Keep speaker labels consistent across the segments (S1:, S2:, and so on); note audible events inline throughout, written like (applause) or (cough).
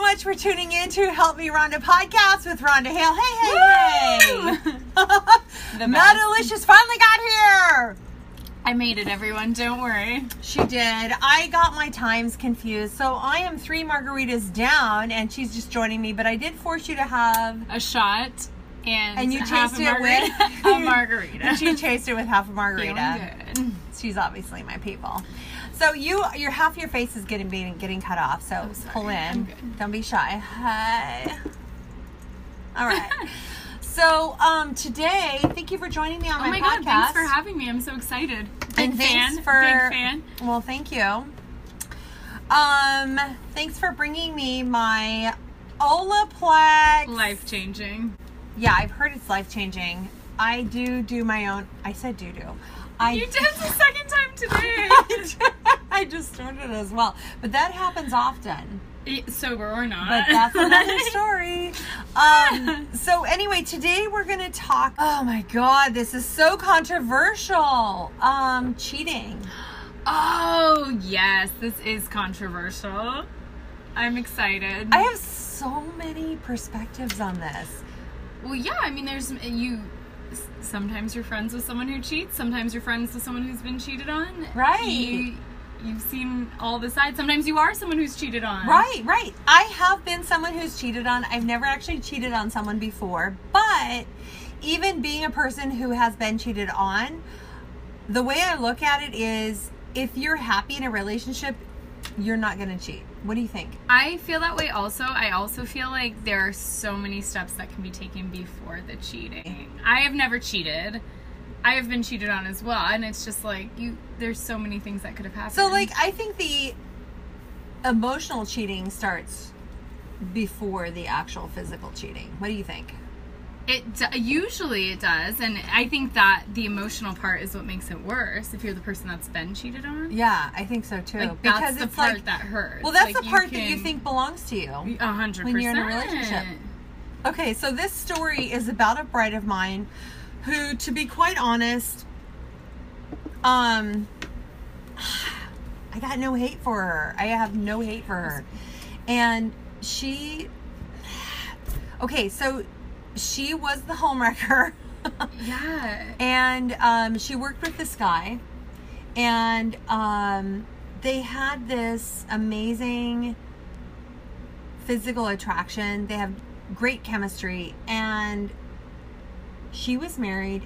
S1: much for tuning in to Help Me Rhonda podcast with Rhonda Hale. Hey, hey, hey! (laughs)
S2: The best.
S1: Metalicious finally got here.
S2: I made it, everyone. Don't worry.
S1: She did. I got my times confused, so I am three margaritas down, and she's just joining me. But I did force you to have.
S2: A shot and
S1: And you
S2: half a
S1: chased it
S2: margarita. (laughs)
S1: with- (laughs)
S2: a margarita.
S1: She chased it with half a
S2: Feeling
S1: margarita.
S2: good.
S1: She's obviously my people. So you, your half your face is getting being getting cut off. So
S2: sorry.
S1: pull
S2: I'm
S1: in.
S2: good.
S1: Don't be
S2: (laughs)
S1: shy. Hi. All right. so um, today, thank you for joining me on
S2: Oh my,
S1: my,
S2: god!
S1: podcast.
S2: Thanks for having me. I'm so excited. Big
S1: and thanks
S2: fan.
S1: for
S2: big fan.
S1: Well, thank you. Um, thanks for bringing me my Olaplex.
S2: Life changing.
S1: Yeah, I've heard it's life changing. I do do my own. I said do do. I
S2: You did the second time
S1: (laughs) I
S2: today.
S1: ju- I just turned it as well. But that happens often.
S2: Eh, Sober or not? (laughs)
S1: But that's another story. Um, so, anyway, today we're going to talk. Oh my God, this is so controversial. Um, cheating.
S2: Oh yes, this is controversial. I'm excited.
S1: I have so many perspectives on this.
S2: Well, yeah, I mean, there's you. s- Sometimes you're friends with someone who cheats. Sometimes you're friends with someone who's been cheated on.
S1: Right.
S2: You, you've seen all the sides. Sometimes you are someone who's cheated on.
S1: Right, right. I have been someone who's cheated on. I've never actually cheated on someone before, but even being a person who has been cheated on, the way I look at it is if you're happy in a relationship, you're not going to cheat. What do you think?
S2: I feel that way also. I also feel like there are so many steps that can be taken before the cheating. I have never cheated. I have been cheated on as well, and it's just like you. There's so many things that could have happened.
S1: So, like, I think the emotional cheating starts before the actual physical cheating. What do you think?
S2: It d- usually it does, and I think that the emotional part is what makes it worse. If you're the person that's been cheated on,
S1: Yeah, I think so too.
S2: like
S1: because
S2: that's the
S1: it's
S2: part
S1: like,
S2: that hurts.
S1: well, that's
S2: Like,
S1: the part that you
S2: can-
S1: think belongs to you.
S2: a hundred
S1: when
S2: percent
S1: you're in a relationship. Okay, so this story is about a bride of mine who, to be quite honest, um, I got no hate for her. I have no hate for her. And she, okay, so she was the homewrecker. (laughs)
S2: Yeah,
S1: and um, she worked with this guy and um, they had this amazing physical attraction they have great chemistry and she was married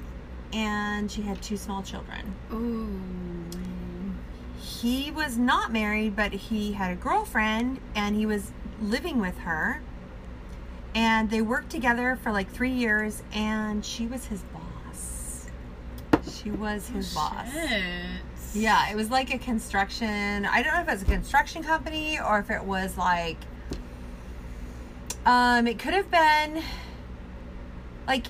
S1: and she had two small children
S2: ooh,
S1: he was not married but he had a girlfriend and he was living with her and they worked together for like three years and she was his boss she was his boss
S2: Oh, Shit.
S1: yeah, it was like a construction. I don't know if it was a construction company or if it was like um it could have been like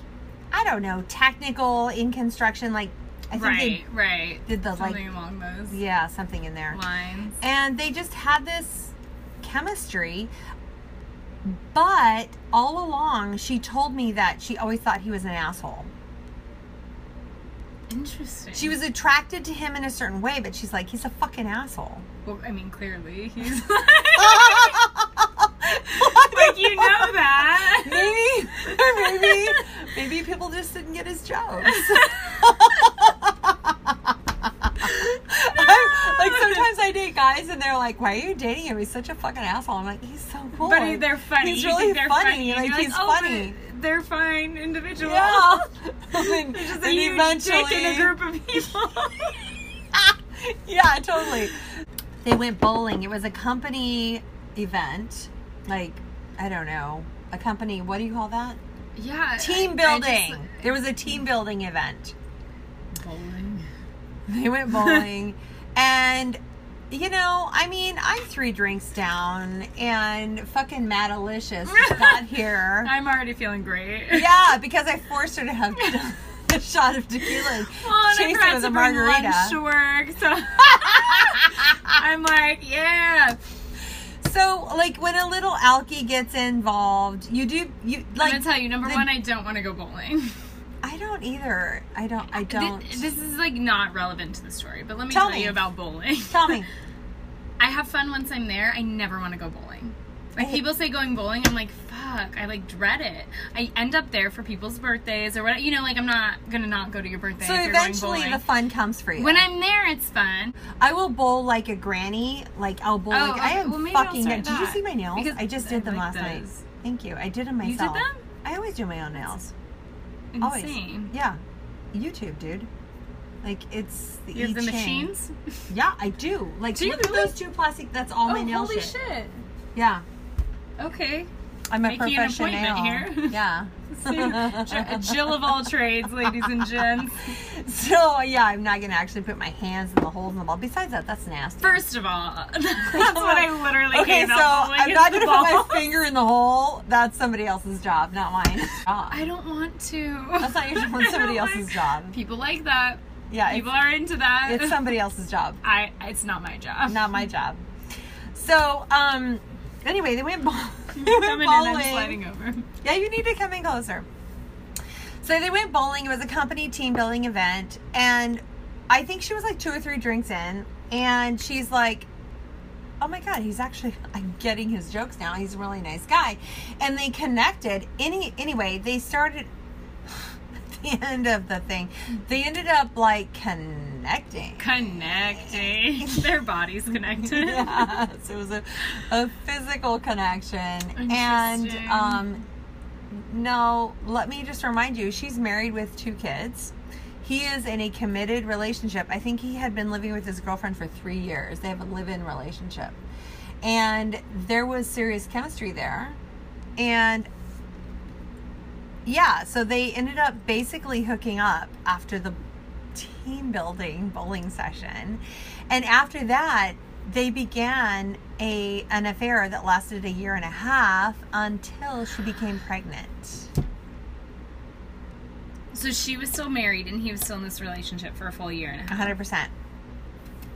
S1: I don't know, technical in construction like I think
S2: right, right.
S1: they did the
S2: Something
S1: like
S2: along those
S1: yeah, something in there.
S2: lines.
S1: And they just had this chemistry. But all along she told me that she always thought he was an asshole.
S2: Interesting.
S1: She was attracted to him in a certain way, but she's like he's a fucking asshole. (laughs)
S2: Well, I mean, clearly he's
S1: like
S2: like you know that.
S1: (laughs) Maybe, maybe, maybe people just didn't get his jokes. (laughs) I'm- like sometimes I date guys and they're like, "Why are you dating him? He's such a fucking asshole." I'm like, "He's so
S2: (laughs)
S1: cool."
S2: But he- they're funny.
S1: He's
S2: You think
S1: really
S2: they're
S1: funny.
S2: and
S1: Like,
S2: you're oh,
S1: he's
S2: but
S1: funny.
S2: They're fine individuals.
S1: Yeah. (laughs)
S2: (laughs)
S1: and,
S2: They're just
S1: and
S2: a huge dick in
S1: eventually,
S2: a group of people.
S1: (laughs)
S2: (laughs)
S1: yeah, totally. They went bowling. It was a company event. Like, I don't know. A company, what do you call that?
S2: yeah.
S1: Team building.
S2: (laughs)
S1: there was a team building event. (laughs)
S2: bowling.
S1: They went bowling. and, you know, I mean, I'm three drinks down and fucking Madalicious
S2: (laughs)
S1: just got here.
S2: I'm already feeling great.
S1: Yeah, because I forced her to have (laughs) a shot of tequila
S2: (laughs)
S1: and
S2: Well, Oh, and I
S1: chase it
S2: forgot
S1: with
S2: to
S1: a
S2: bring
S1: margarita.
S2: lunch to work,
S1: (laughs)
S2: so I'm like, yeah.
S1: So, like, when a little alky gets involved, you do you
S2: I'm
S1: like?
S2: gonna tell you, number
S1: the-
S2: one, I don't want to go bowling. (laughs)
S1: I don't either. I don't. I don't.
S2: Th- This is like not relevant to the story, but let me
S1: Tell
S2: tell, (laughs)
S1: me.
S2: you about bowling.
S1: Tell me.
S2: I have fun once I'm there. I never want to go bowling. Like people say going bowling, I'm like, fuck, I like dread it. I end up there for people's birthdays or whatever. You know, like I'm not gonna not go to your birthday.
S1: So
S2: if you're going
S1: eventually the
S2: bowling.
S1: fun comes for you.
S2: when I'm there, it's fun.
S1: I will bowl like a granny. Like I'll bowl
S2: Oh,
S1: like I
S2: okay.
S1: am
S2: Well, maybe I'll
S1: fucking.
S2: start
S1: Did you
S2: that.
S1: see my nails?
S2: Because
S1: I just did
S2: I
S1: them
S2: like
S1: last night.
S2: those.
S1: Thank you. I did them
S2: You did
S1: myself.
S2: them?
S1: I always do my own nails. Always.
S2: Insane.
S1: Yeah. YouTube, dude. Like it's the
S2: You have
S1: I
S2: the
S1: Ching.
S2: machines. Oh,
S1: Yeah, I do. Like
S2: Do you
S1: look at
S2: really?
S1: those two plastic. That's all my
S2: oh,
S1: nail
S2: holy
S1: shit.
S2: shit.
S1: Yeah,
S2: Okay.
S1: I'm a
S2: Making an
S1: professional.
S2: appointment here. (laughs)
S1: yeah.
S2: So, J- Jill
S1: (laughs)
S2: of all trades, ladies and gents.
S1: So yeah, I'm not gonna actually put my hands in the holes in the ball. Besides that, that's nasty.
S2: First of all, (laughs) that's what I literally
S1: okay,
S2: hate
S1: so
S2: about bowling
S1: I'm
S2: is
S1: not
S2: the
S1: gonna put
S2: balls.
S1: my finger in the hole. That's somebody else's job,
S2: (laughs)
S1: not mine. Job.
S2: I don't want to.
S1: That's not
S2: (laughs)
S1: your job.
S2: I
S1: It's somebody
S2: don't
S1: else's
S2: like-
S1: job.
S2: People like that.
S1: Yeah,
S2: People
S1: it's,
S2: are into that.
S1: it's somebody else's job,
S2: (laughs) I. It's not my job. (laughs)
S1: not my job. So, um, anyway, they went, ball- (laughs) they went
S2: Coming in,
S1: bowling.
S2: I'm sliding over.
S1: Yeah, you need to come in closer. So they went bowling. It was a company team building event, and I think she was like two or three drinks in, and she's like, "Oh my god, he's actually (laughs) I'm getting his jokes now. He's a really nice guy," and they connected. Any anyway, they started (laughs) at the end of the thing. They ended up like connecting.
S2: Connecting. (laughs) Their bodies (laughs)
S1: (laughs)
S2: connected.
S1: yes, it was a, a physical connection. And
S2: Interesting.
S1: um, no, let me just remind you, she's married with two kids. He is in a committed relationship. I think he had been living with his girlfriend for three years. They have a live in relationship. And there was serious chemistry there. And yeah, so they ended up basically hooking up after the team building bowling session. And after that, they began a an affair that lasted a year and a half until she became pregnant.
S2: So she was still married, and he was still in this relationship for a full year and a half.
S1: 100%.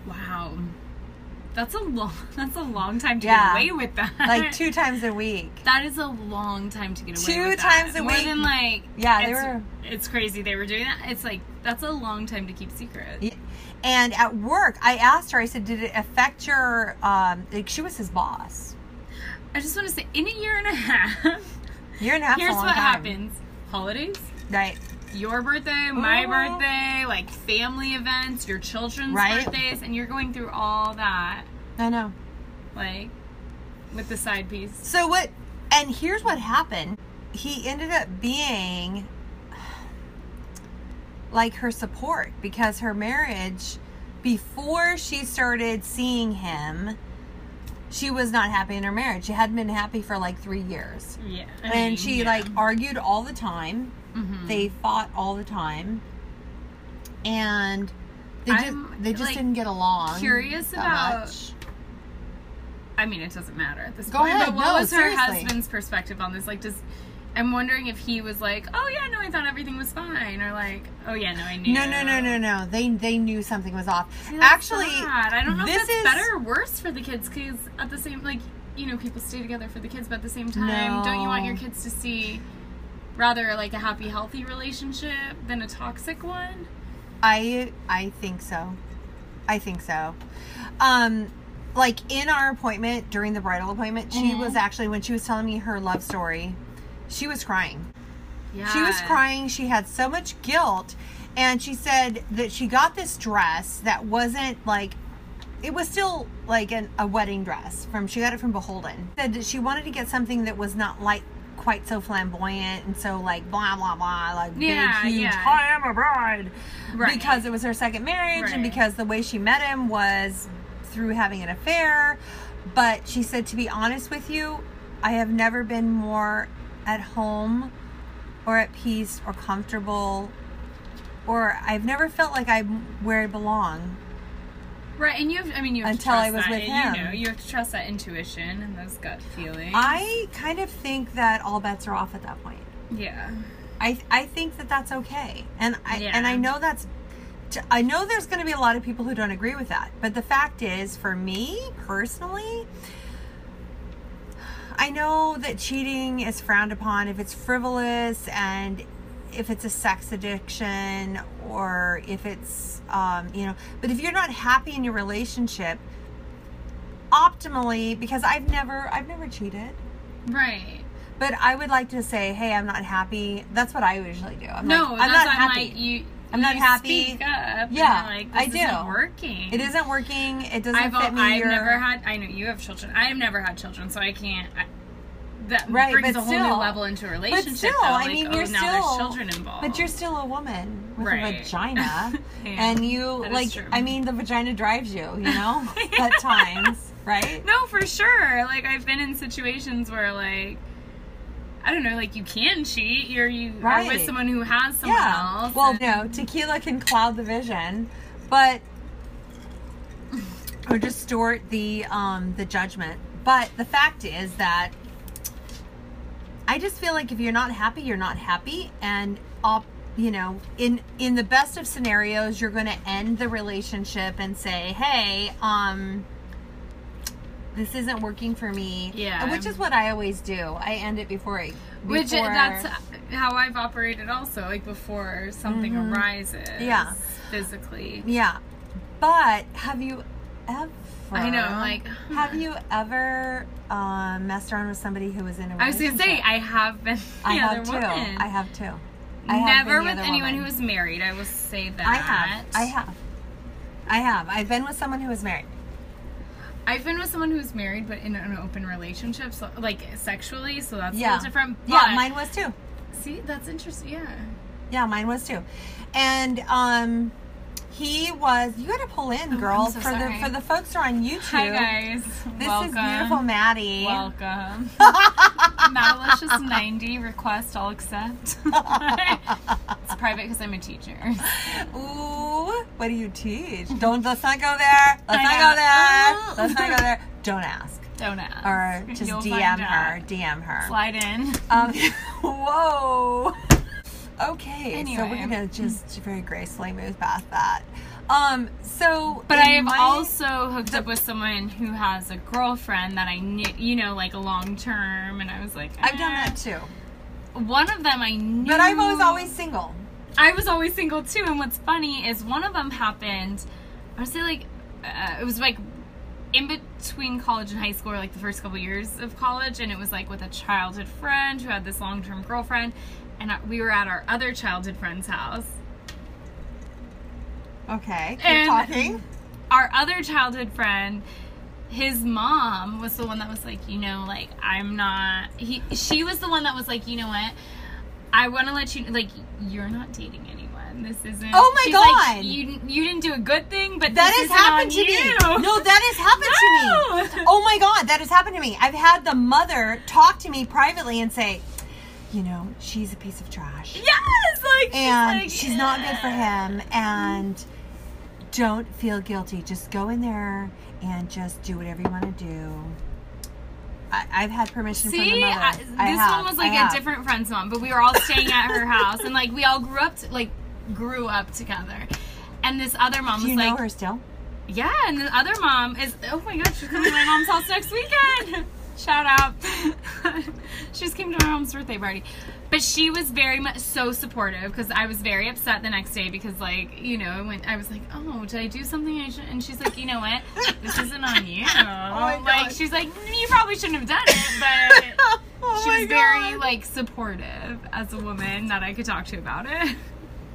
S2: Wow. That's a long. (laughs) That's a long time to
S1: Yeah.
S2: get away with that.
S1: Like two times a week.
S2: (laughs) That is a long time to get away.
S1: Two
S2: with
S1: times
S2: that.
S1: a
S2: More
S1: week.
S2: than like
S1: Yeah, they
S2: it's,
S1: were-
S2: It's crazy they were doing that. It's like that's a long time to keep secret.
S1: Yeah. And at work, I asked her, I said, did it affect your, um, like she was his boss.
S2: I just want to say, in a year and a (laughs) half,
S1: Year and a half. is a
S2: here's
S1: long
S2: what
S1: time.
S2: happens: holidays,
S1: Right.
S2: your birthday, my
S1: Ooh.
S2: birthday, like family events, your children's
S1: Right.
S2: birthdays, and you're going through all that
S1: I know.
S2: like with the side piece.
S1: So what? And here's what happened. He ended up being (sighs) like her support because her marriage, before she started seeing him, she was not happy in her marriage. She hadn't been happy for like three years,
S2: Yeah, I mean,
S1: and she
S2: yeah.
S1: like argued all the time.
S2: Mhm.
S1: They fought all the time, and they just
S2: I'm,
S1: they just
S2: like,
S1: didn't get along.
S2: curious
S1: that
S2: about-
S1: much.
S2: I mean, it doesn't matter at this
S1: Go
S2: point.
S1: ahead.
S2: But what
S1: No,
S2: was her
S1: seriously.
S2: husband's perspective on this? Like, does I'm wondering if he was like, "Oh yeah, no, I thought everything was fine," or like, "Oh yeah, no, I knew."
S1: No, no, no, no, no. They they knew something was off.
S2: See, that's
S1: Actually,
S2: sad. I don't know
S1: this
S2: if that's
S1: is-
S2: better or worse for the kids because at the same, like, you know, people stay together for the kids, but at the same time, don't you want your
S1: No.
S2: kids to see rather like a happy, healthy relationship than a toxic one?
S1: I I think so. I think so. Um like in our appointment during the bridal appointment, she
S2: Mhm.
S1: was actually when she was telling me her love story, she was crying.
S2: Yeah,
S1: She was crying. She had so much guilt. And she said that she got this dress that wasn't like, it was still like an, a wedding dress from, she got it from Beholden. Said that she wanted to get something that was not like quite so flamboyant and so like blah, blah, blah, like
S2: Yeah,
S1: big, huge,
S2: yeah.
S1: I am a bride.
S2: Right.
S1: Because it was her second marriage and
S2: Right.
S1: because the way she met him was through having an affair. But she said, to be honest with you, I have never been more at home or at peace or comfortable or I've never felt like I'm where I belong.
S2: Right, and you have, I mean, you have
S1: Until
S2: to
S1: I
S2: trust
S1: was
S2: that,
S1: with
S2: You
S1: him.
S2: know, you have to trust that intuition and those gut feelings.
S1: I kind of think that all bets are off at that point.
S2: yeah.
S1: I I think that that's okay. And I
S2: Yeah.
S1: and I know that's t- I know there's going to be a lot of people who don't agree with that. But the fact is for me personally I know that cheating is frowned upon if it's frivolous and if it's a sex addiction or if it's um, you know but if you're not happy in your relationship optimally because I've never I've never cheated.
S2: Right.
S1: But I would like to say, hey, I'm not happy. That's what I usually do. I'm
S2: no,
S1: like,
S2: that's
S1: I'm not
S2: I'm
S1: happy.
S2: like you.
S1: I'm not
S2: you
S1: happy.
S2: Speak up
S1: Yeah,
S2: and you're like
S1: I
S2: this
S1: do.
S2: Isn't working.
S1: it isn't working. It doesn't
S2: I've,
S1: fit
S2: al-
S1: me.
S2: I've
S1: or-
S2: never had. I know you have children. I've never had children, so I can't. I, that
S1: Right,
S2: brings
S1: but
S2: a whole new
S1: still-
S2: level into a relationship.
S1: still,
S2: though,
S1: I
S2: like,
S1: mean,
S2: oh,
S1: you're
S2: now
S1: still-
S2: there's children involved.
S1: But you're still a woman with
S2: Right.
S1: a vagina,
S2: (laughs) Yeah,
S1: and you
S2: that is
S1: like.
S2: true.
S1: I mean, the vagina drives you.
S2: (laughs)
S1: You know, at times, right?
S2: No, for sure. Like I've been in situations where like I don't know, like you can cheat or you
S1: Right.
S2: are with someone who has someone
S1: yeah.
S2: else.
S1: Well,
S2: and-
S1: no, tequila can cloud the vision, but or distort the um the judgment. But the fact is that I just feel like if you're not happy, you're not happy, and op, you know, in in the best of scenarios, you're going to end the relationship and say, "Hey, um." This isn't working for me.
S2: Yeah.
S1: which is what I always do. I end it before. I,
S2: which uh,
S1: before-
S2: that's how I've operated also, like before something arises
S1: Mm-hmm. Yeah.
S2: physically.
S1: Yeah. But have you ever
S2: I know, I'm like,
S1: have you ever uh, messed around with somebody who was in a relationship?
S2: I was gonna say I have
S1: (laughs)
S2: been the
S1: I
S2: other
S1: have too.
S2: woman.
S1: I have too. I have
S2: Never
S1: been the
S2: with
S1: other
S2: anyone
S1: woman.
S2: who was married. I will say that.
S1: I have. I have. I have. I've been with someone who was married.
S2: I've been with someone who's married, but in an open relationship, so, like sexually. So that's a
S1: Yeah.
S2: little different.
S1: Yeah,
S2: but-
S1: mine was too.
S2: See, that's interesting. Yeah.
S1: Yeah, mine was too. And um he was you gotta pull in, girl,
S2: Oh, so
S1: for
S2: sorry.
S1: the for the folks who are on YouTube.
S2: Hi guys.
S1: This
S2: Welcome.
S1: is beautiful Maddie. (laughs)
S2: Welcome. Malicious ninety request. I'll
S1: (laughs)
S2: accept. it's private because I'm a teacher.
S1: (laughs) Ooh, what do you teach? Don't let's not go there. Let's
S2: I
S1: not
S2: know.
S1: go there.
S2: Ooh.
S1: Let's not go there. Don't ask.
S2: Don't ask.
S1: Or just
S2: Oh. (laughs) You'll
S1: DM
S2: find
S1: her.
S2: out.
S1: DM her.
S2: Slide in.
S1: Um, (laughs) whoa. Okay, so we're
S2: Anyway.
S1: gonna just very gracefully move past that. Um, so
S2: But
S1: in
S2: I have
S1: my-
S2: also hooked up with someone who has a girlfriend that I knew, you know, like long term, and I was like,
S1: I've done
S2: eh.
S1: that too.
S2: One of them I knew,
S1: But I was always single.
S2: I was always single too. And what's funny is one of them happened. I would say like uh, it was like in between college and high school, or like the first couple years of college, and it was like with a childhood friend who had this long term girlfriend, and I, we were at our other childhood friend's house.
S1: Okay, keep
S2: And-
S1: talking.
S2: Our other childhood friend. His mom was the one that was like, you know, like I'm not. He, she was the one that was like, you know what? I want to let you like you're not dating anyone. This isn't.
S1: Oh my
S2: She's like,
S1: God.
S2: you you didn't do a good thing, but
S1: That
S2: this
S1: has
S2: isn't on
S1: happened to
S2: you.
S1: me. No, that has happened to
S2: (laughs)
S1: me.
S2: No.
S1: (laughs) Oh my god, that has happened to me. I've had the mother talk to me privately and say, you know, she's a piece of trash.
S2: Yes, like
S1: and
S2: she's, like, uh,
S1: she's not good for him and don't feel guilty. Just go in there and just do whatever you want to do. I, I've had permission from the
S2: See,
S1: mother.
S2: I, this
S1: I have,
S2: one was
S1: I
S2: like a
S1: have.
S2: different friend's mom, but we were all staying at her house, and like we all grew up, t- like grew up together. And this other mom
S1: Do you
S2: was
S1: know
S2: like,
S1: her still?
S2: yeah, and the other mom is, oh my gosh, she's coming to my mom's house next weekend. Shout out. (laughs) she just came to my mom's birthday party. But she was very much so supportive because I was very upset the next day because, like, you know, I went, I was like, oh, did I do something I should? And she's like, you know what? This isn't on you.
S1: my
S2: like,
S1: God.
S2: she's like, you probably shouldn't have done
S1: (laughs)
S2: it, but.
S1: Oh
S2: She
S1: my
S2: was very
S1: God.
S2: like supportive as a woman that I could talk to about it. (laughs)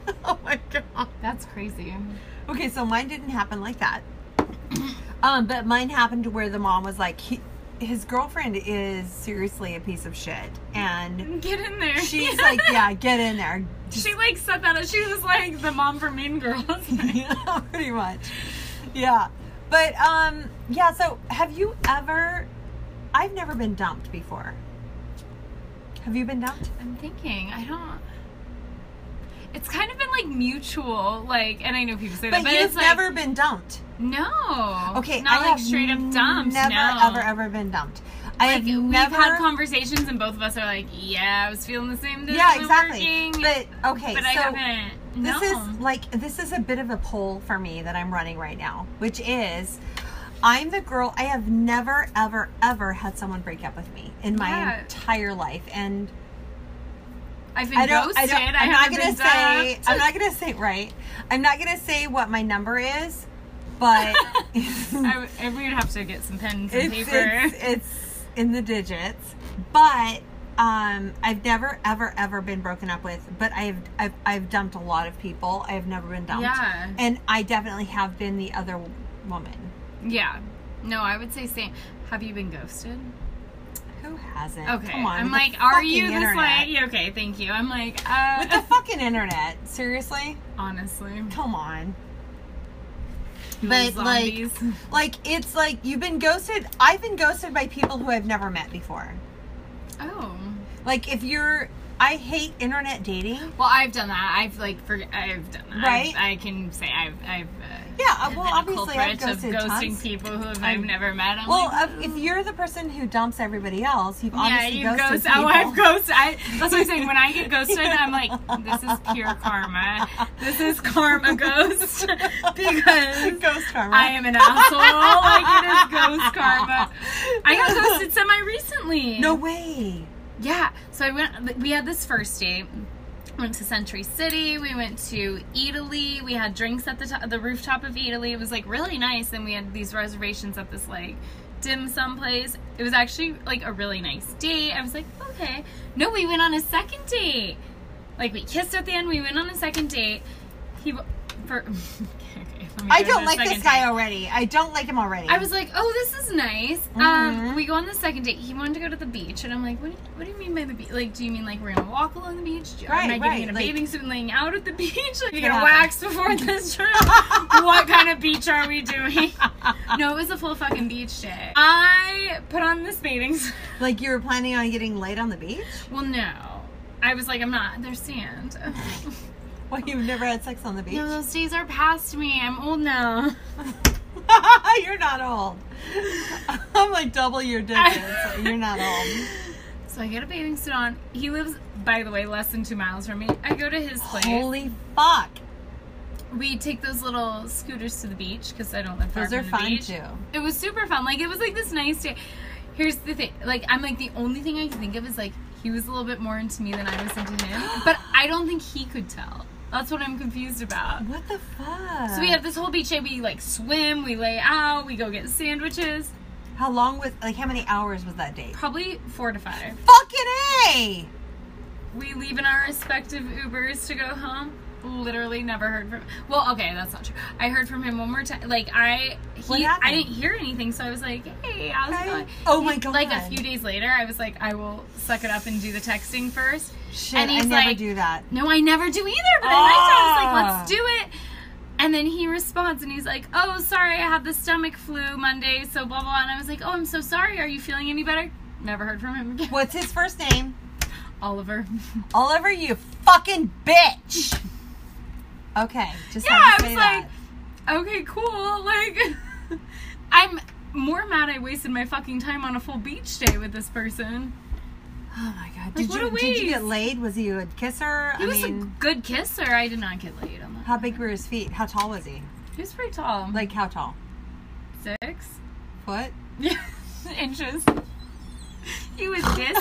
S1: (laughs) Oh my god.
S2: That's crazy.
S1: Okay, so mine didn't happen like that. Um, but mine happened to where the mom was like, he, his girlfriend is seriously a piece of shit, and
S2: Get in there. (laughs)
S1: (laughs) she's like, yeah, get in there. (laughs) Just-
S2: She like set that up. She was like the mom from Mean
S1: (laughs)
S2: Girls.
S1: pretty much. Yeah, but um, yeah. So have you ever? I've never been dumped before. Have you been dumped?
S2: I'm thinking, I don't. It's kind of been like mutual, like, and I know people say
S1: But,
S2: that, but
S1: you've
S2: it's like
S1: never been dumped.
S2: no,
S1: Okay,
S2: not
S1: I
S2: like
S1: have
S2: straight up dumps.
S1: Never,
S2: no.
S1: ever, ever been dumped. I
S2: Like
S1: have
S2: we've
S1: never.
S2: had conversations, and both of us are like, "Yeah, I was feeling the same." This
S1: yeah,
S2: isn't
S1: exactly.
S2: working,"
S1: But okay,
S2: but
S1: so
S2: I haven't. no.
S1: this is like this is a bit of a poll for me that I'm running right now, which is I'm the girl I have never ever ever had someone break up with me in my
S2: Yeah.
S1: entire life and
S2: I've been
S1: I don't
S2: ghosted.
S1: I don't I'm
S2: haven't
S1: not gonna
S2: been
S1: say
S2: dumped.
S1: I'm not gonna say right. I'm not gonna say what my number is, but
S2: (laughs) I, w- I- we'd have to get some pens and
S1: it's,
S2: paper. (laughs)
S1: it's it's in the digits but um i've never ever ever been broken up with but i've i've, I've dumped a lot of people i've never been dumped
S2: Yeah.
S1: and i definitely have been the other woman
S2: yeah. No, I would say same. Have you been ghosted?
S1: who hasn't
S2: Okay.
S1: come on
S2: I'm
S1: with
S2: like,
S1: the
S2: are
S1: fucking
S2: you this
S1: internet.
S2: like? yeah, Okay, thank you. I'm like, uh,
S1: with the fucking internet seriously
S2: honestly,
S1: come on
S2: you
S1: But,
S2: zombies.
S1: like it's like you've been ghosted i've been ghosted by people who i've never met before
S2: oh,
S1: like if you're i hate internet dating
S2: well, I've done that. I've like, for, I've done that.
S1: Right?
S2: I, I can say I've, I've. Uh,
S1: Yeah, uh,
S2: been
S1: well,
S2: a
S1: obviously I've
S2: culprit
S1: ghosted
S2: of ghosting
S1: tons.
S2: people who have, I've
S1: I'm-
S2: never met. I'm
S1: Well,
S2: like,
S1: uh, if you're the person who dumps everybody else, you've
S2: Yeah,
S1: obviously
S2: you
S1: ghosted
S2: ghost.
S1: people.
S2: Oh, I've
S1: (laughs)
S2: ghosted. I, that's what I'm saying. When I get ghosted, I'm like, this is pure karma. This is karma ghost (laughs) because
S1: ghost karma.
S2: I am an asshole. Like it is
S1: (laughs)
S2: ghost karma. I got ghosted semi recently.
S1: No way.
S2: Yeah. So I went. We had this first date. Went to Century City. We went to Italy. We had drinks at the to- the rooftop of Italy. It was like really nice. And we had these reservations at this like dim sum place. It was actually like a really nice date. I was like, okay. No, we went on a second date. Like we kissed at the end. We went on a second date. He w- for. (laughs) okay, okay, let me
S1: I
S2: go to
S1: don't
S2: the
S1: like this
S2: second
S1: guy
S2: date.
S1: already. I don't like him already.
S2: I was like, oh, this is nice.
S1: Mhm.
S2: Um, we go on the second date. He wanted to go to the beach, and I'm like, what do you, what do you mean by the beach? Like, do you mean like we're gonna walk along the beach? Do-
S1: Right,
S2: Am I
S1: right,
S2: getting in a
S1: like-
S2: bathing suit and laying out at the (laughs) beach? Like, you're
S1: Yeah.
S2: gonna wax before this
S1: (laughs)
S2: trip? what kind of beach are we doing? (laughs) no, it was a full fucking beach day. I put on this bathing suit.
S1: (laughs)
S2: (laughs)
S1: like you were planning on getting laid on the beach? (laughs)
S2: Well, no. I was like, I'm not. There's (laughs) sand.
S1: Well, you've never had sex on the beach.
S2: no, those days are past me. I'm old now.
S1: (laughs) you're not old. (laughs) I'm like double your digits.
S2: (laughs)
S1: you're not old.
S2: So I get a bathing suit on. He lives, by the way, less than two miles from me. I go to his place.
S1: Holy fuck.
S2: we take those little scooters to the beach because I don't live far
S1: Those are
S2: from the
S1: fun
S2: beach.
S1: too.
S2: It was super fun. Like it was like this nice day. Here's the thing. Like I'm like the only thing I can think of is like he was a little bit more into me than I was into
S1: (gasps)
S2: him, but I don't think he could tell. That's what I'm confused about.
S1: What the fuck?
S2: So we have this whole beach day. We like swim, we lay out, we go get sandwiches.
S1: How long was like how many hours was that date?
S2: Probably four to five.
S1: Fucking A!
S2: We leave in our respective Ubers to go home. Literally never heard from. Well, okay, that's not true. I heard from him one more time. Like I,
S1: What
S2: he, I
S1: happened?
S2: didn't hear anything, so I was like, "Hey, how's
S1: Hey.
S2: it going?"
S1: Oh my
S2: He- Like a
S1: God.
S2: few days later, I was like, "I will suck it up and do the texting first.
S1: Shit,
S2: And
S1: I
S2: he's
S1: never
S2: like-
S1: do that.
S2: No, I never do either, but I liked it. I was
S1: Ah.
S2: like, "Let's do it." And then he responds, and he's like, "Oh, sorry, I had the stomach flu Monday, so blah blah." And I was like, "Oh, I'm so sorry. Are you feeling any better?" Never heard from him again. (laughs)
S1: What's his first name?
S2: Oliver.
S1: Oliver, you fucking
S2: (laughs)
S1: bitch. Okay, just
S2: yeah,
S1: had
S2: I
S1: to
S2: was
S1: say
S2: like, okay, cool. Like, (laughs) I'm more mad I wasted my fucking time on a full beach day with this person.
S1: that. Oh my god, did
S2: what
S1: you
S2: a
S1: did you get
S2: waste.
S1: laid? Was he a kisser?
S2: He
S1: I
S2: was a
S1: mean,
S2: good kisser. I did not get laid on that.
S1: how big were his feet? How tall was he?
S2: He was pretty tall.
S1: Like how tall? (laughs)
S2: six
S1: Foot?
S2: inches. He was
S1: (laughs)
S2: this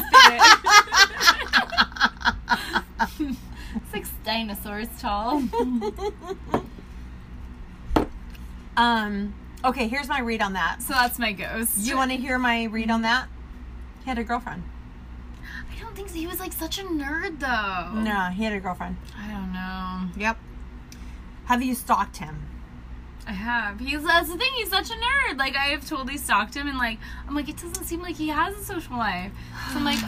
S2: big. six dinosaurs
S1: (laughs)
S2: tall.
S1: um. Okay, here's my read on that.
S2: So that's my ghost.
S1: You want to hear my read on that? He had a girlfriend.
S2: I don't think so. he was like such a nerd though.
S1: No, he had a girlfriend.
S2: I don't know.
S1: Yep. Have you stalked him?
S2: I have. He's that's the thing. He's such a nerd. Like I have totally stalked him, and like I'm like it doesn't seem like he has a social life. So I'm
S1: (sighs)
S2: like,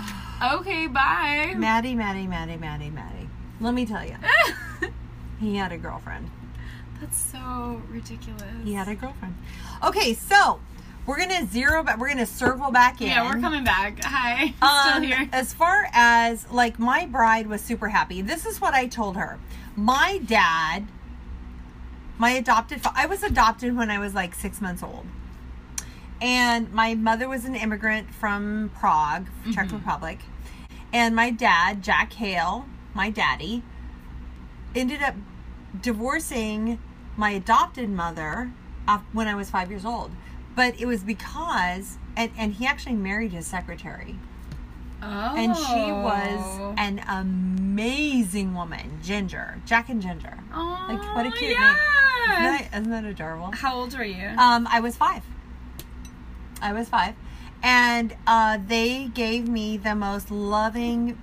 S2: okay, bye.
S1: Maddie, Maddie, Maddie, Maddie, Maddie. Let me tell you, he had a girlfriend.
S2: (laughs) that's so ridiculous.
S1: He had a girlfriend. Okay, so we're gonna zero back. We're gonna circle back in.
S2: Yeah, we're coming back. Hi, (laughs)
S1: Um,
S2: still here.
S1: As far as like my bride was super happy. This is what I told her. My dad, my adopted, fa- I was adopted when I was like six months old, and my mother was an immigrant from Prague, Czech
S2: Mm-hmm.
S1: Republic, and my dad, Jack Hale, my daddy, ended up divorcing my adopted mother af- when I was five years old. But it was because, and, and he actually married his secretary.
S2: Oh,
S1: And she was an amazing woman, Ginger, Jack and Ginger.
S2: oh,
S1: like, what a cute
S2: yeah. yeah.
S1: that, isn't that adorable?
S2: How old were you?
S1: Um, I was five. I was five, and uh, they gave me the most loving.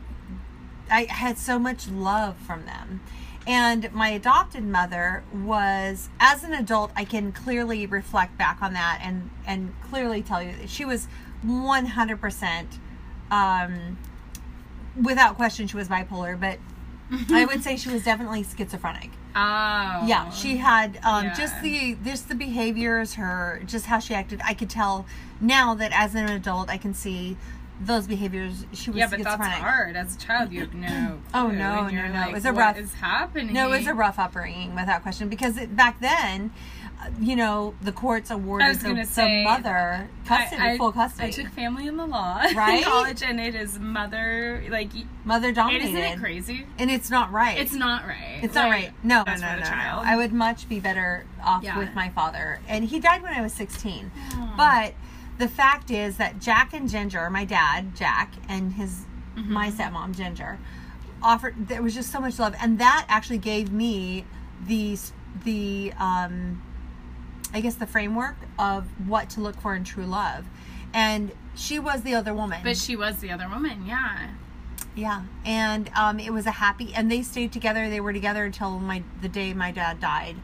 S1: I had so much love from them, and my adopted mother was. As an adult, I can clearly reflect back on that, and and clearly tell you that she was one hundred percent, um, without question, she was bipolar. But I would say she was definitely schizophrenic.
S2: oh.
S1: Yeah, she had um,
S2: Yeah.
S1: just the just the behaviors, her just how she acted. I could tell now that as an adult, I can see those behaviors. She was
S2: Yeah, but that's
S1: schizophrenic.
S2: hard. As a child, you have no.
S1: (clears throat) Oh,
S2: clue,
S1: no,
S2: and you're
S1: no, no.
S2: Like,
S1: It was a
S2: "What
S1: rough-
S2: is happening.
S1: No, it was a rough upbringing without question because it, back then, uh, you know, the courts awarded
S2: I was
S1: the,
S2: gonna
S1: the
S2: say,
S1: mother custody,
S2: I, I,
S1: full custody.
S2: I took family in the law (laughs) in
S1: Right?
S2: college, and it is mother like. y-
S1: mother
S2: It
S1: dominated,
S2: isn't it crazy?
S1: and it's not right.
S2: It's not right.
S1: It's not
S2: Like,
S1: right. No, no,
S2: that's
S1: no,
S2: for
S1: no,
S2: the
S1: no.
S2: child.
S1: I would much be better off
S2: Yeah. Hmm.
S1: with my father. And he died when I was 16. But the fact is that Jack and Ginger, my dad, Jack, and his
S2: Mm-hmm.
S1: my stepmom, Ginger, offered there was just so much love and that actually gave me the the um I guess the framework of what to look for in true love. And she was the other woman.
S2: But she was the other woman. Yeah.
S1: Yeah, and um, it was a happy, and they stayed together. They were together until my the day my dad died,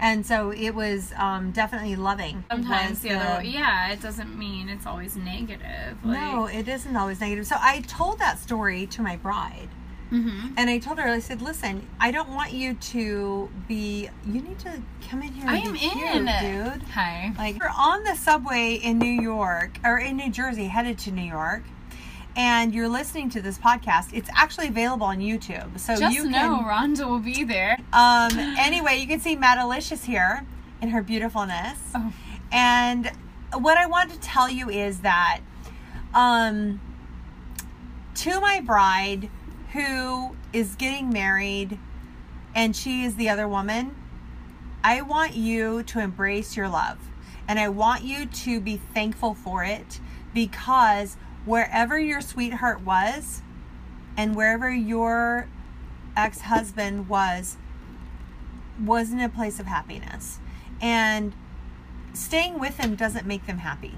S1: and so it was um, definitely loving.
S2: Sometimes
S1: was
S2: the other. way. Yeah, it doesn't mean it's always negative. Like,
S1: No, it isn't always negative. So I told that story to my bride,
S2: Mhm.
S1: and I told her, I said, "Listen, I don't want you to be. You need to come in here.
S2: I
S1: and
S2: am
S1: be cute,
S2: in.
S1: dude.
S2: Hi.
S1: Like you're on the subway in New York or in New Jersey, headed to New York, and you're listening to this podcast. It's actually available on YouTube, so
S2: Just
S1: oh, you
S2: know
S1: can.
S2: Rhonda will be there.
S1: Um, anyway, you can see Madalicious here in her beautifulness.
S2: Oh.
S1: And what I want to tell you is that um, to my bride who is getting married and she is the other woman, I want you to embrace your love and I want you to be thankful for it because wherever your sweetheart was and wherever your ex husband was, wasn't a place of happiness. And staying with them doesn't make them happy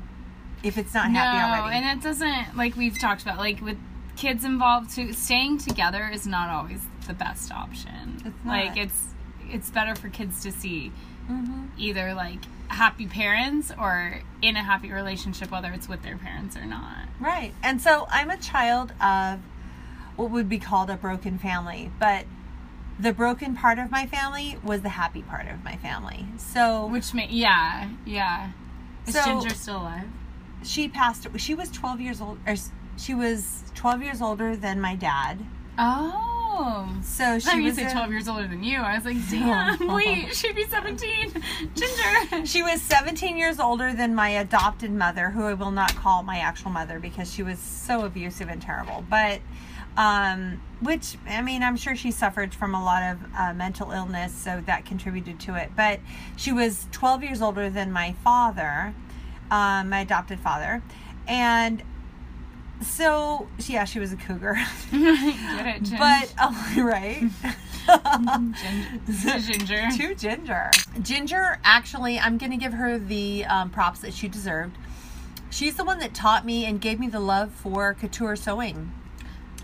S1: if it's not happy already.
S2: and it doesn't like we've talked about like with kids involved too. Staying together is not always the best option.
S1: It's
S2: Like
S1: not.
S2: it's it's better for kids to see
S1: Mhm.
S2: either like happy parents or in a happy relationship, whether it's with their parents or not.
S1: Right. And so I'm a child of what would be called a broken family, but the broken part of my family was the happy part of my family. So
S2: Which may yeah yeah. Is
S1: So-
S2: Ginger still alive?
S1: she passed she was 12 years old or s- she was 12 years older than my dad.
S2: Oh.
S1: So
S2: I thought (laughs)
S1: she
S2: you
S1: was
S2: said
S1: a-
S2: 12 years older than you. I
S1: (laughs)
S2: was like, damn, wait, she'd be 17.
S1: (laughs)
S2: Ginger. (laughs)
S1: She was 17 years older than my adopted mother, who I will not call my actual mother because she was so abusive and terrible. But, um, which, I mean, I'm sure she suffered from a lot of uh, mental illness, so that contributed to it. But she was 12 years older than my father, um, my adopted father. And so, yeah, she was a cougar. (laughs)
S2: Get it, Ginger.
S1: but, (laughs) oh, right?
S2: Ginger. Ginger.
S1: to Ginger. Ginger, actually, I'm going to give her the um, props that she deserved. She's the one that taught me and gave me the love for couture sewing,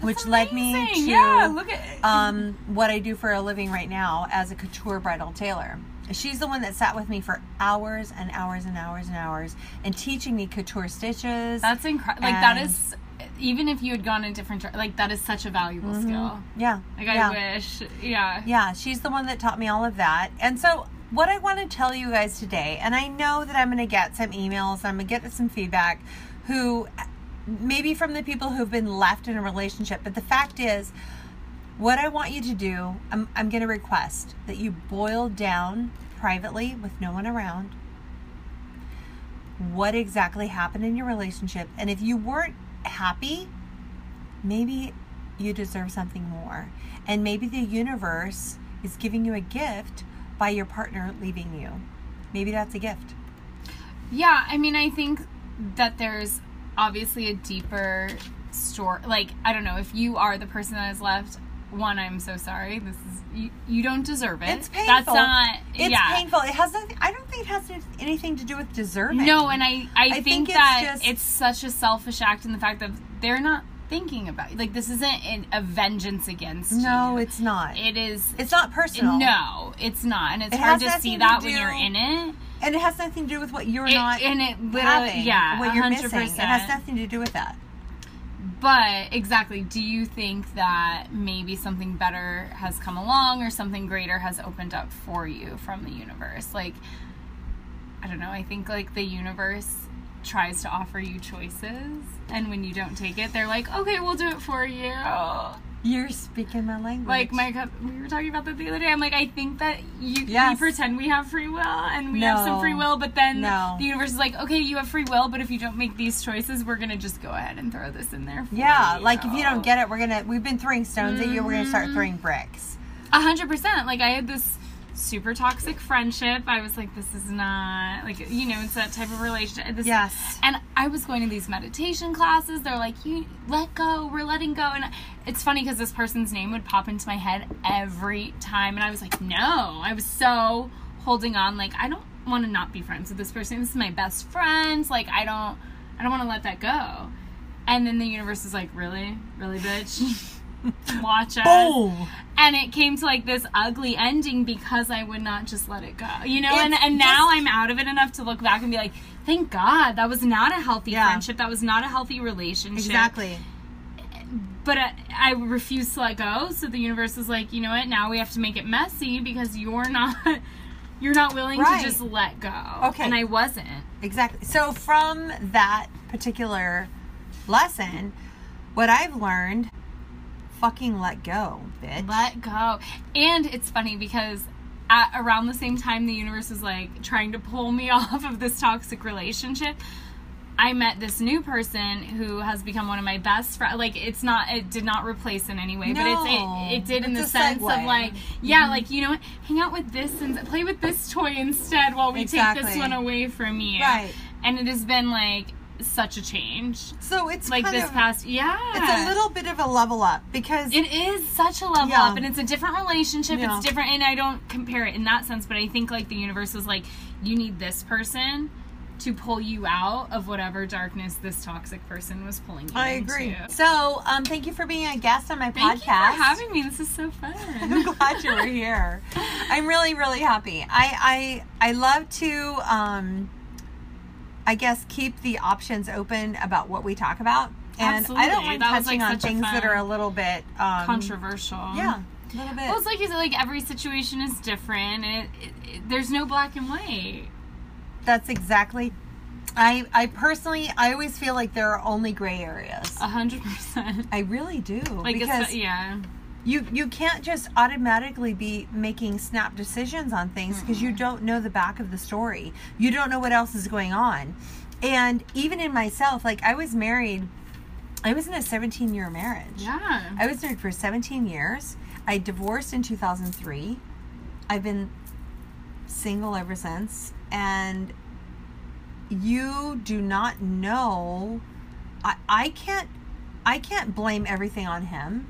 S1: which led me to
S2: Amazing. yeah, look at
S1: um, what I do for a living right now as a couture bridal tailor. She's the one that sat with me for hours and hours and hours and hours and teaching me couture stitches.
S2: That's incredible. Like that
S1: And-
S2: is, even if you had gone a different, dir- like that is such a valuable skill.
S1: yeah.
S2: Like
S1: Mm-hmm. yeah.
S2: I wish, yeah.
S1: Yeah, she's the one that taught me all of that. And so, what I want to tell you guys today, and I know that I'm going to get some emails, I'm going to get some feedback who maybe from the people who've been left in a relationship, but the fact is, what I want you to do, I'm, I'm going to request that you boil down privately with no one around what exactly happened in your relationship. And if you weren't happy, maybe you deserve something more. And maybe the universe is giving you a gift by your partner leaving you. Maybe that's a gift.
S2: Yeah, I mean, I think that there's obviously a deeper story. Like, I don't know if you are the person that is left. one, I'm so sorry. This is you, you don't deserve it.
S1: It's painful.
S2: That's not.
S1: It's
S2: yeah.
S1: painful. It has nothing. I don't think it has anything to do with deserving.
S2: No, and I, I,
S1: think
S2: think,
S1: it's
S2: that
S1: just-
S2: it's such a selfish act in the fact that they're not thinking about like this isn't an, a vengeance against
S1: no,
S2: you.
S1: it's not.
S2: it is
S1: it's not personal.
S2: no, it's not, and it's
S1: It
S2: hard
S1: has
S2: to
S1: nothing
S2: see
S1: to
S2: that
S1: do-
S2: when you're in it.
S1: and it has nothing to do with what you're
S2: It-
S1: not
S2: and it literally,
S1: having.
S2: yeah,
S1: what you're
S2: 100%.
S1: missing. It has nothing to do with that.
S2: But exactly, do you think that maybe something better has come along or something greater has opened up for you from the universe? Like, I don't know, I think like the universe tries to offer you choices, and when you don't take it, they're like, okay, we'll do it for you.
S1: You're speaking my language.
S2: Like my, cou- we were talking about that the other day. I'm like, I think that you
S1: Yes.
S2: we pretend we have free will and we have
S1: No.
S2: some free will, but then
S1: No.
S2: the universe is like, okay, you have free will, but if you don't make these choices, we're gonna just go ahead and throw this in there. For
S1: Yeah,
S2: you.
S1: like if you don't get it, we're gonna we've been throwing stones at you. We're gonna
S2: Mm-hmm.
S1: start throwing bricks.
S2: A hundred percent. Like I had this super toxic friendship. I was like, this is not like you know, it's that type of relationship. This,
S1: Yes.
S2: And I was going to these meditation classes. They're like, you let go. We're letting go. And it's funny because this person's name would pop into my head every time, and I was like, no. I was so holding on. Like I don't want to not be friends with this person. This is my best friend. Like I don't, I don't want to let that go. And then the universe is like, really, really,
S1: (laughs)
S2: bitch. Watch us
S1: Boom.
S2: and it came to like this ugly ending because I would not just let it go, you know. And
S1: It's
S2: and now
S1: just-
S2: I'm out of it enough to look back and be like, thank God that was not a healthy
S1: Yeah.
S2: friendship, that was not a healthy relationship.
S1: Exactly.
S2: But I, I refuse to let go, so the universe is like, you know what? Now we have to make it messy because you're not (laughs) you're not willing
S1: Right.
S2: to just let go.
S1: Okay.
S2: and I wasn't.
S1: Exactly. So from that particular lesson, what I've learned, fucking let go, bitch.
S2: Let go. And it's funny because at around the same time the universe was like trying to pull me (laughs) off of this toxic relationship, I met this new person who has become one of my best friends. Like it's not, it did not replace in any way, but
S1: No.
S2: it's it, it did in the
S1: It's a
S2: sense
S1: segue. Mm-hmm.
S2: of like, yeah, like you know, what? hang out with this and play with this toy instead while we take
S1: Exactly.
S2: this one away from you.
S1: Right.
S2: And it has been like such a change,
S1: So it's
S2: like
S1: kind
S2: this
S1: of,
S2: past yeah.
S1: It's a little bit of a level up because
S2: It is such a level
S1: Yeah.
S2: up, and it's a different relationship.
S1: Yeah.
S2: It's different, and I don't compare it in that sense, but I think like the universe was like, you need this person to pull you out of whatever darkness this toxic person was pulling you
S1: I agree.
S2: into.
S1: So um, thank you for being a guest on my
S2: Thank
S1: podcast. (laughs)
S2: you for having me. This is so fun.
S1: I'm glad you were here. I'm really, really happy. I I I love to um I guess keep the options open about what we talk about. And I don't
S2: Absolutely.
S1: mind
S2: That was,
S1: touching
S2: like,
S1: on
S2: such a
S1: things that
S2: fun-
S1: are a little bit
S2: (laughs)
S1: um
S2: Controversial.
S1: Yeah. A little bit.
S2: Well, it's like you said, like every situation is different. and It, it, it, there's no black and white.
S1: That's exactly I I personally I always feel like there are only gray areas.
S2: A hundred percent.
S1: I really do.
S2: Like
S1: because
S2: it's yeah.
S1: you you can't just automatically be making snap decisions on things because you don't know the back of the story. You don't know what else is going on. And even in myself, like I was married, I was in a 17 year marriage.
S2: Yeah.
S1: I was married for 17 years. I divorced in 2003. I've been single ever since. And you do not know. I, I can't. I can't blame everything on him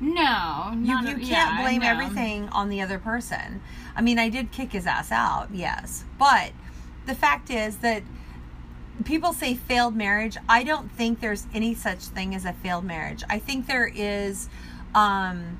S2: no.
S1: you,
S2: not
S1: you
S2: a-
S1: can't
S2: yeah,
S1: blame
S2: no.
S1: everything on the other person. I mean, I did kick his ass out, yes. But the fact is that people say failed marriage. I don't think there's any such thing as a failed marriage. I think there is, um,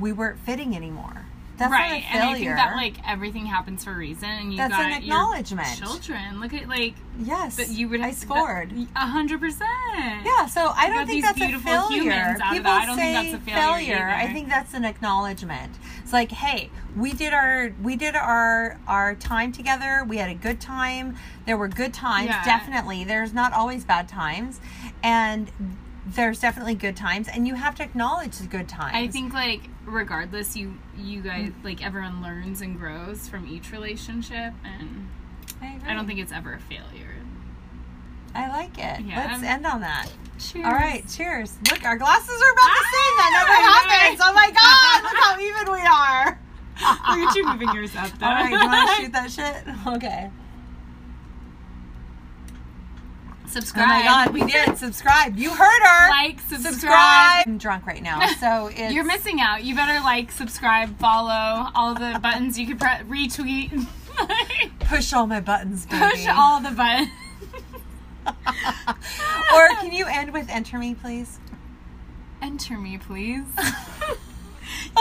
S1: we weren't fitting anymore. That's
S2: right,
S1: not a failure.
S2: and I think that like everything happens for a reason, and you
S1: That's
S2: got
S1: an
S2: your
S1: acknowledgement.
S2: children, look at like
S1: yes,
S2: that you would.
S1: I scored.
S2: a hundred percent.
S1: yeah, so I don't
S2: got
S1: think
S2: these
S1: that's a
S2: beautiful
S1: failure.
S2: humans out of
S1: People
S2: that. I don't
S1: say
S2: think that's a failure
S1: I
S2: either.
S1: think that's an acknowledgement. It's like, hey, we did our we did our our time together. We had a good time. There were good times,
S2: Yeah.
S1: definitely. There's not always bad times, and there's definitely good times, and you have to acknowledge the good times.
S2: I think like regardless, you you guys like everyone learns and grows from each relationship, and I don't think it's ever a failure.
S1: I like it.
S2: Yeah.
S1: Let's end on that.
S2: Cheers.
S1: All right, Oh cheers. Look, our glasses are about the same. That
S2: Ah!
S1: never happens. Oh my
S2: (laughs)
S1: god, look how even we are.
S2: Look at you moving yours up. Though. (laughs)
S1: All Oh right, do you want to shoot that shit? Okay. Oh
S2: Subscribe.
S1: my god, we did. Subscribe. You heard her.
S2: Like, subscribe.
S1: I'm drunk
S2: (laughs)
S1: right now, so it's
S2: You're missing out. You better like, subscribe, follow, all
S1: (laughs)
S2: the buttons you could press, retweet, (laughs)
S1: push all my buttons, baby.
S2: push
S1: (laughs)
S2: all the buttons. (laughs)
S1: or can you end with enter me, please?
S2: Enter me, please. (laughs)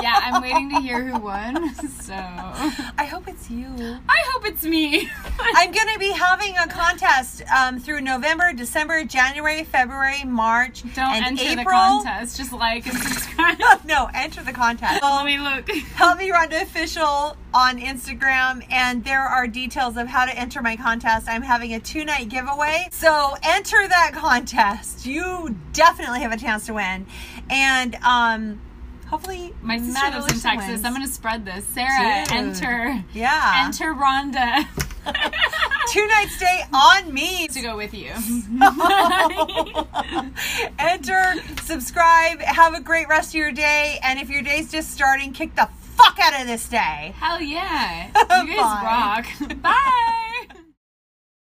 S2: yeah, I'm waiting to hear
S1: (laughs)
S2: who won. (laughs) So I
S1: I hope it's you.
S2: hope it's me.
S1: I'm gonna be having a contest um, through November, December, January, February, March,
S2: (laughs) Don't
S1: and
S2: enter
S1: April.
S2: the contest. Just like and subscribe.
S1: (laughs) no, enter the contest.
S2: Let me look.
S1: Healthy Rhonda Official on Instagram, and there are details of how to enter my contest. I'm having a two night giveaway, so enter that contest. You definitely have a chance to win, and um, hopefully,
S2: My sister lives in
S1: Madelish
S2: Texas.
S1: wins.
S2: I'm gonna spread this. Sarah,
S1: Dude.
S2: enter.
S1: yeah,
S2: Enter Rhonda. (laughs)
S1: two night stay on me.
S2: to go
S1: (laughs)
S2: with you. (laughs)
S1: Enter, subscribe, have a great rest of your day, and if your day's just starting, kick the fuck out of this day.
S2: Hell yeah. You guys
S1: Bye.
S2: rock. Bye.